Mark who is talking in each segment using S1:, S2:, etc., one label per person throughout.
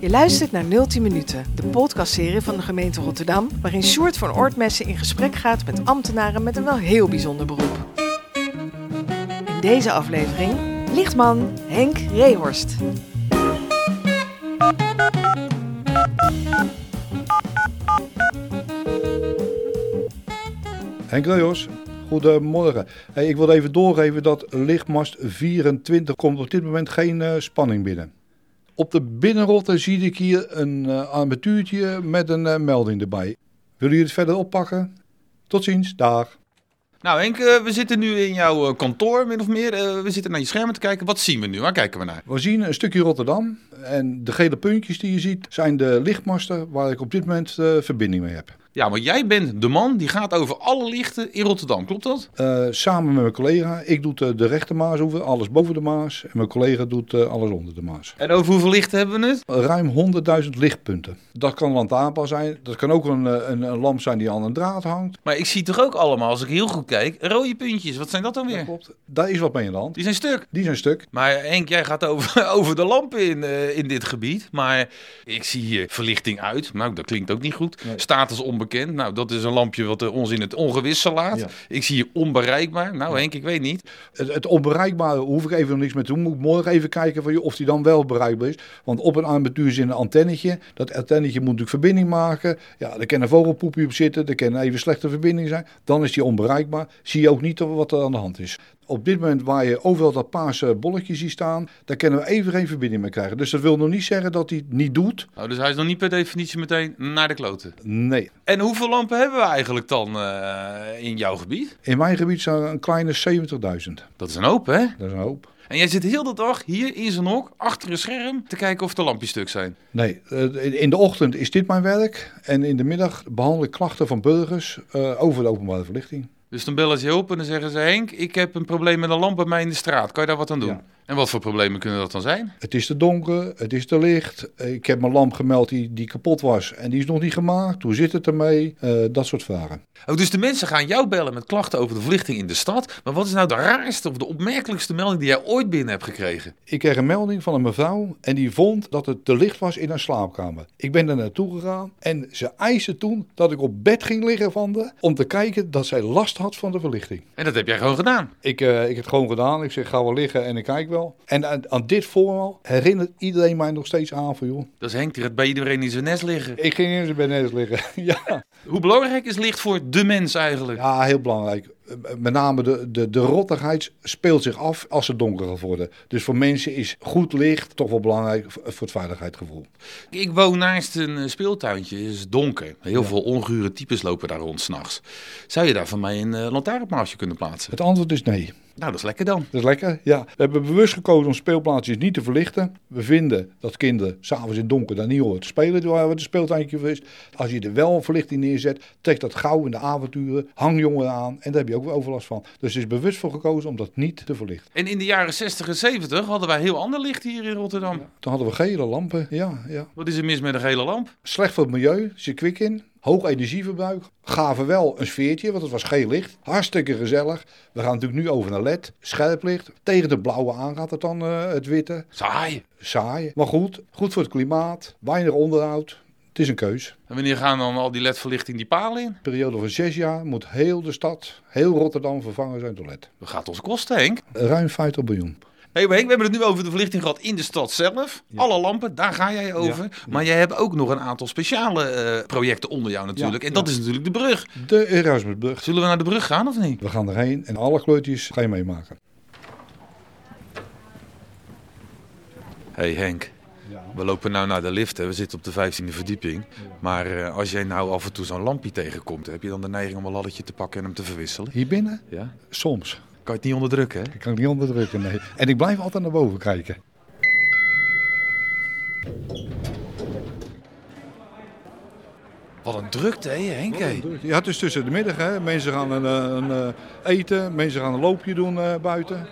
S1: Je luistert naar 010 Minuten, de podcastserie van de gemeente Rotterdam, waarin Sjoerd van Oortmessen in gesprek gaat met ambtenaren met een wel heel bijzonder beroep. In deze aflevering lichtman Henk Reehorst.
S2: Henk Reus, goedemorgen. Hey, ik wil even doorgeven dat lichtmast 24 komt op dit moment geen eh, spanning binnen. Op de binnenrotte zie ik hier een eh, armatuurtje met een eh, melding erbij. Wil jullie het verder oppakken? Tot ziens, dag.
S3: Nou Henk, eh, we zitten nu in jouw eh, kantoor min of meer. Eh, we zitten naar je schermen te kijken. Wat zien we nu? Waar kijken we naar?
S2: We zien een stukje Rotterdam en de gele puntjes die je ziet zijn de lichtmasten waar ik op dit moment eh, verbinding mee heb.
S3: Ja, maar jij bent de man die gaat over alle lichten in Rotterdam, klopt dat?
S2: Eh, samen met mijn collega, ik doe de, de rechte Maas over, alles boven de Maas en mijn collega doet eh, alles onder de Maas.
S3: En over hoeveel lichten hebben we het?
S2: Ruim 100.000 lichtpunten. Dat kan een lantaarnpaal zijn. Dat kan ook een, eh, een, een lamp zijn die aan een draad hangt.
S3: Maar ik zie toch ook allemaal, als ik heel goed kijk, rode puntjes. Wat zijn dat dan weer?
S2: klopt. Daar is wat mee aan de hand.
S3: Die zijn stuk.
S2: Die zijn stuk.
S3: Maar Henk, jij gaat over, over de lampen in, eh, in dit gebied. Maar ik zie hier verlichting uit. Nou, dat klinkt ook niet goed.
S2: Nee.
S3: Status onbekend. Nou, dat is een lampje wat eh, ons in het ongewisse laat.
S2: Ja.
S3: Ik zie hier onbereikbaar. Nou Henk, ik weet niet.
S2: Het, het onbereikbare hoef ik even nog niks mee te doen. Moet ik morgen even kijken van, joh, of die dan wel bereikbaar is. Want op een armatuur zit een antennetje. Dat antennetje moet natuurlijk verbinding maken. Ja, er kan een vogelpoepje op zitten. Er kan even slechte verbinding zijn. Dan is die onbereikbaar. Zie je ook niet wat er aan de hand is. Op dit moment waar je overal dat paarse bolletje ziet staan, daar kunnen we even geen verbinding mee krijgen. Dus dat wil nog niet zeggen dat hij het niet doet.
S3: Nou, dus hij is nog niet per definitie meteen naar de kloten.
S2: Nee.
S3: En hoeveel lampen hebben we eigenlijk dan eh, in jouw gebied?
S2: In mijn gebied zijn er een kleine 70.000.
S3: Dat is een hoop, hè?
S2: Dat is een hoop.
S3: En jij zit heel de dag hier in zijn hok, achter een scherm, te kijken of de lampjes stuk zijn.
S2: Nee, eh, in de ochtend is dit mijn werk. En in de middag behandel ik klachten van burgers eh, over de openbare verlichting.
S3: Dus dan bellen ze je op en dan zeggen ze... Henk, ik heb een probleem met een lamp bij mij in de straat. Kan je daar wat aan doen?
S2: Ja.
S3: En wat voor problemen kunnen dat dan zijn?
S2: Het is te donker, het is te licht. Eh, Ik heb mijn lamp gemeld die, die kapot was en die is nog niet gemaakt. Hoe zit het ermee? Eh, dat soort vragen.
S3: Oh, dus de mensen gaan jou bellen met klachten over de verlichting in de stad. Maar wat is nou de raarste of de opmerkelijkste melding die jij ooit binnen hebt gekregen?
S2: Ik kreeg een melding van een mevrouw en die vond dat het te licht was in haar slaapkamer. Ik ben daar naartoe gegaan en ze eiste toen dat ik op bed ging liggen van haar om te kijken dat zij last had van de verlichting.
S3: En dat heb jij gewoon gedaan.
S2: Ik, eh, ik heb het gewoon gedaan. Ik zeg, ga wel liggen en ik kijk wel. En aan, aan dit voorval herinnert iedereen mij nog steeds aan van, joh.
S3: Dat is Henk, die gaat bij iedereen in zijn nest liggen.
S2: Ik ging in zijn beneden liggen. ja.
S3: Hoe belangrijk is licht voor de mens eigenlijk?
S2: ja, heel belangrijk. Met name de, de, de rottigheid speelt zich af als het donker gaat worden. Dus voor mensen is goed licht toch wel belangrijk voor voor het veiligheidsgevoel.
S3: Ik woon naast een eh, speeltuintje, het is donker. Heel veel ongure types lopen daar rond s'nachts. Zou je daar van mij een eh, lantaarnpaaltje kunnen plaatsen?
S2: Het antwoord is nee.
S3: Nou, dat is lekker dan.
S2: Dat is lekker, ja. We hebben bewust gekozen om speelplaatsjes niet te verlichten. We vinden dat kinderen s'avonds in het donker daar niet horen te spelen, waar we het speeltuintje voor is. Als je er wel een verlichting neerzet, trekt dat gauw in de avonturen, hang jongeren aan en daar heb je ook weer overlast van. Dus er is bewust voor gekozen om dat niet te verlichten.
S3: En in de jaren 60 en 70 hadden wij heel ander licht hier in Rotterdam.
S2: Toen hadden we gele lampen, ja, ja.
S3: Wat is er mis met een gele lamp?
S2: Slecht voor het milieu, zit kwik in. Hoog energieverbruik. Gaven wel een sfeertje, want het was geel licht. Hartstikke gezellig. We gaan natuurlijk nu over naar LED, scherp licht. Tegen de blauwe aan gaat het dan, eh, het witte.
S3: Saai.
S2: saai. Maar goed, goed voor het klimaat, weinig onderhoud. Het is een keus.
S3: En wanneer gaan dan al die ledverlichting die palen in?
S2: Een periode van zes jaar moet heel de stad, heel Rotterdam vervangen zijn door LED.
S3: Dat gaat ons kosten, Henk.
S2: Ruim 50 miljoen.
S3: Hé, maar Henk, we hebben het nu over de verlichting gehad in de stad zelf. Alle lampen, daar ga jij over. Maar jij hebt ook nog een aantal speciale eh, projecten onder jou natuurlijk.
S2: Ja,
S3: en dat
S2: ja.
S3: is natuurlijk de brug.
S2: De Erasmusbrug.
S3: Zullen we naar de brug gaan of niet?
S2: We gaan erheen en alle kleurtjes ga je meemaken.
S3: Hé hey Henk,
S2: Ja.
S3: we lopen nou naar de lift. Hè. We zitten op de 15e verdieping. Maar eh, als jij nou af en toe zo'n lampje tegenkomt, heb je dan de neiging om een laddetje te pakken en hem te verwisselen?
S2: Hier binnen?
S3: Ja?
S2: Soms.
S3: Kan je het niet onderdrukken, hè?
S2: Ik kan het niet onderdrukken, nee. En ik blijf altijd naar boven kijken.
S3: Wat een drukte, hè Henk? hé?
S2: Ja, het is tussen de middag, hè. Mensen gaan een, eh, een, eh, eten, mensen gaan een loopje doen eh, buiten.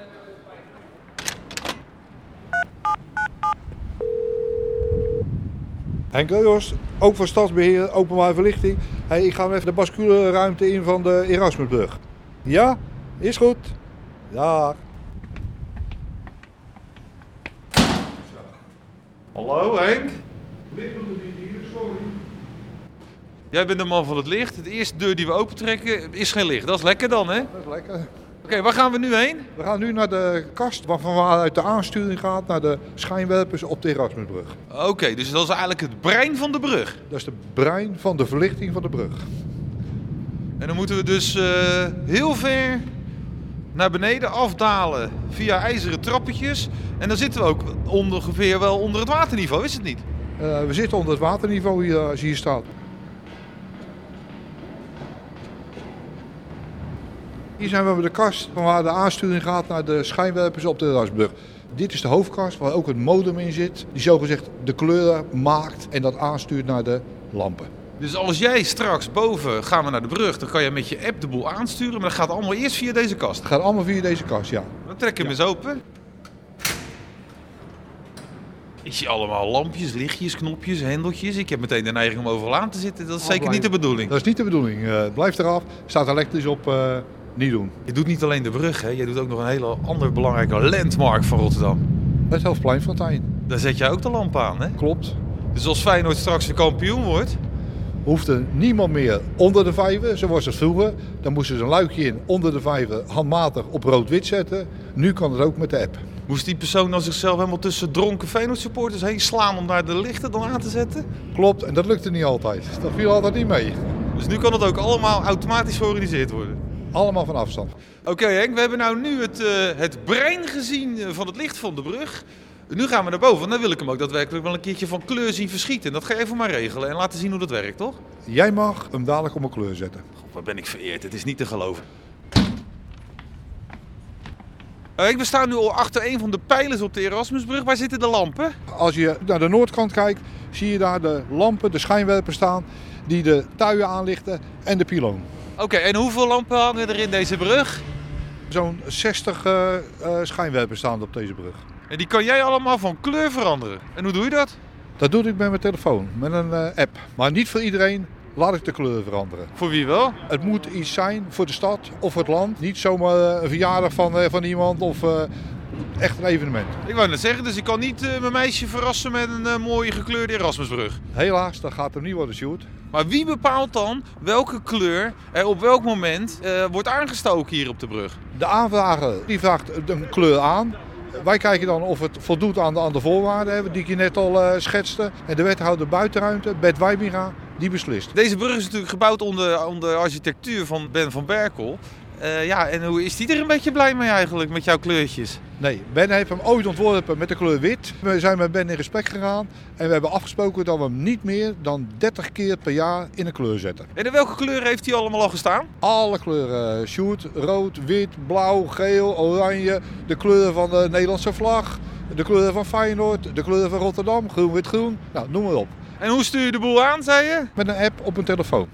S2: Henk Reuhorst, ook van Stadsbeheer, openbaar verlichting. Hey, ik ga even de basculeruimte in van de Erasmusbrug. Ja, is goed. Ja.
S3: Hallo Henk? Jij bent de man van het licht. De eerste deur die we opentrekken is geen licht. Dat is lekker dan, hè? Oké,
S2: Dat is lekker.
S3: waar gaan we nu heen?
S2: We gaan nu naar de kast waarvan waaruit de aansturing gaat naar de schijnwerpers op de Erasmusbrug.
S3: Oké, dus dat is eigenlijk het brein van de brug.
S2: Dat is de brein van de verlichting van de brug.
S3: En dan moeten we dus eh, heel ver naar beneden afdalen via ijzeren trappetjes. En dan zitten we ook ongeveer wel onder het waterniveau, is het niet?
S2: Eh, we zitten onder het waterniveau hier, als je hier staat. Hier zijn we bij de kast van waar de aansturing gaat naar de schijnwerpers op de Erasmusbrug. Dit is de hoofdkast waar ook het modem in zit, die zogezegd de kleuren maakt en dat aanstuurt naar de lampen.
S3: Dus als jij straks boven gaan we naar de brug, dan kan je met je app de boel aansturen. Maar dat gaat allemaal eerst via deze kast.
S2: Het gaat allemaal via deze kast, ja.
S3: Dan trek hem eens open. Ik zie allemaal lampjes, lichtjes, knopjes, hendeltjes. Ik heb meteen de neiging om overal aan te zitten. Dat is zeker niet de bedoeling.
S2: Dat is niet de bedoeling. Eh, Het blijft eraf, staat elektrisch op, eh, niet doen.
S3: Je doet niet alleen de brug, hè. Je doet ook nog een hele andere belangrijke landmark van Rotterdam.
S2: Het Helftpleinfontein,
S3: Daar zet jij ook de lamp aan, hè.
S2: klopt.
S3: Dus als Feyenoord straks de kampioen wordt...
S2: Hoeft er niemand meer onder de vijver, zoals het vroeger. Dan moesten ze een luikje in onder de vijver handmatig op rood-wit zetten. Nu kan het ook met de app.
S3: Moest die persoon dan zichzelf helemaal tussen dronken Feyenoord supporters heen slaan om daar de lichten dan aan te zetten?
S2: Klopt, en dat lukte niet altijd. Dat viel altijd niet mee.
S3: Dus nu kan het ook allemaal automatisch georganiseerd worden.
S2: Allemaal van afstand.
S3: Oké Henk, we hebben nou nu het, eh, het brein gezien eh, van het licht van de brug. Nu gaan we naar boven, want dan wil ik hem ook daadwerkelijk wel een keertje van kleur zien verschieten. Dat ga je even maar regelen en laten zien hoe dat werkt, toch?
S2: Jij mag hem dadelijk om een kleur zetten.
S3: God, wat ben ik vereerd. Het is niet te geloven. Eh, ik we staan nu al achter een van de pijlers op de Erasmusbrug. Waar zitten de lampen?
S2: Als je naar de noordkant kijkt, zie je daar de lampen, de schijnwerpers staan. Die de tuien aanlichten en de piloon.
S3: Oké, en hoeveel lampen hangen er in deze brug?
S2: Zo'n 60 eh, eh, schijnwerpers staan op deze brug.
S3: En die kan jij allemaal van kleur veranderen. En hoe doe je dat?
S2: Dat doe ik met mijn telefoon, met een eh, app. Maar niet voor iedereen laat ik de kleur veranderen.
S3: Voor wie wel?
S2: Het moet iets zijn voor de stad of het land. Niet zomaar eh, een verjaardag van, eh, van iemand of eh, echt een evenement.
S3: Ik wou net zeggen, dus ik kan niet eh, mijn meisje verrassen met een eh, mooie gekleurde Erasmusbrug.
S2: Helaas, dat gaat hem niet worden, Sjoerd.
S3: Maar wie bepaalt dan welke kleur er op welk moment eh, wordt aangestoken hier op de brug?
S2: De aanvrager die vraagt een kleur aan. Wij kijken dan of het voldoet aan de, aan de voorwaarden hè, die ik je net al eh, schetste. En de wethouder buitenruimte, Bert Wijbinga, die beslist.
S3: Deze brug is natuurlijk gebouwd onder, onder architectuur van Ben van Berkel. Eh, ja, en hoe is die er een beetje blij mee eigenlijk met jouw kleurtjes?
S2: Nee, Ben heeft hem ooit ontworpen met de kleur wit. We zijn met Ben in gesprek gegaan en we hebben afgesproken dat we hem niet meer dan 30 keer per jaar in een kleur zetten.
S3: En in welke kleur heeft hij allemaal al gestaan?
S2: Alle kleuren, eh, Sjoerd, rood, wit, blauw, geel, oranje, de kleuren van de Nederlandse vlag, de kleuren van Feyenoord, de kleuren van Rotterdam, groen, wit, groen, nou noem maar op.
S3: En hoe stuur je de boel aan, zei je?
S2: Met een app op een telefoon.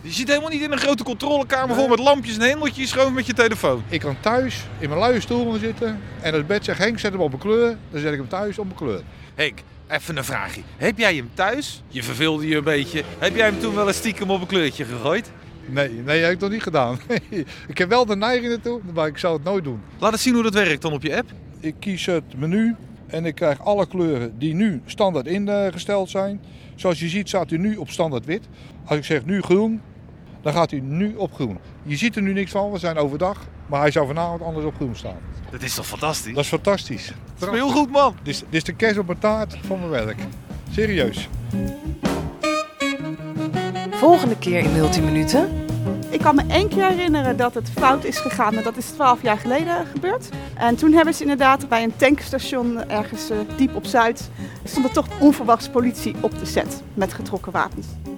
S3: Je zit helemaal niet in een grote controlekamer vol
S2: Nee.
S3: met lampjes en hendeltjes, gewoon met je telefoon.
S2: Ik kan thuis in mijn luie stoel gaan zitten en als bed zegt Henk zet hem op een kleur, dan zet ik hem thuis op een kleur.
S3: Henk, even een vraagje. Heb jij hem thuis? Je verveelde je een beetje. Heb jij hem toen wel eens stiekem op een kleurtje gegooid?
S2: Nee, nee, heb ik nog niet gedaan. ik heb wel de neiging ertoe, maar ik zou het nooit doen.
S3: Laat eens zien hoe dat werkt dan op je app.
S2: Ik kies het menu en ik krijg alle kleuren die nu standaard ingesteld zijn. Zoals je ziet staat hij nu op standaard wit. Als ik zeg nu groen, dan gaat hij nu op groen. Je ziet er nu niks van, we zijn overdag. Maar hij zou vanavond anders op groen staan.
S3: Dat is toch fantastisch?
S2: Dat is fantastisch.
S3: is heel goed, man.
S2: Dit is, dit is de kerst op mijn taart van mijn werk. Serieus.
S1: Volgende keer in 010 minuten.
S4: Ik kan me één keer herinneren dat het fout is gegaan. En dat is 12 jaar geleden gebeurd. En toen hebben ze inderdaad bij een tankstation ergens eh, diep op Zuid... stond er toch onverwachts politie op de set met getrokken wapens.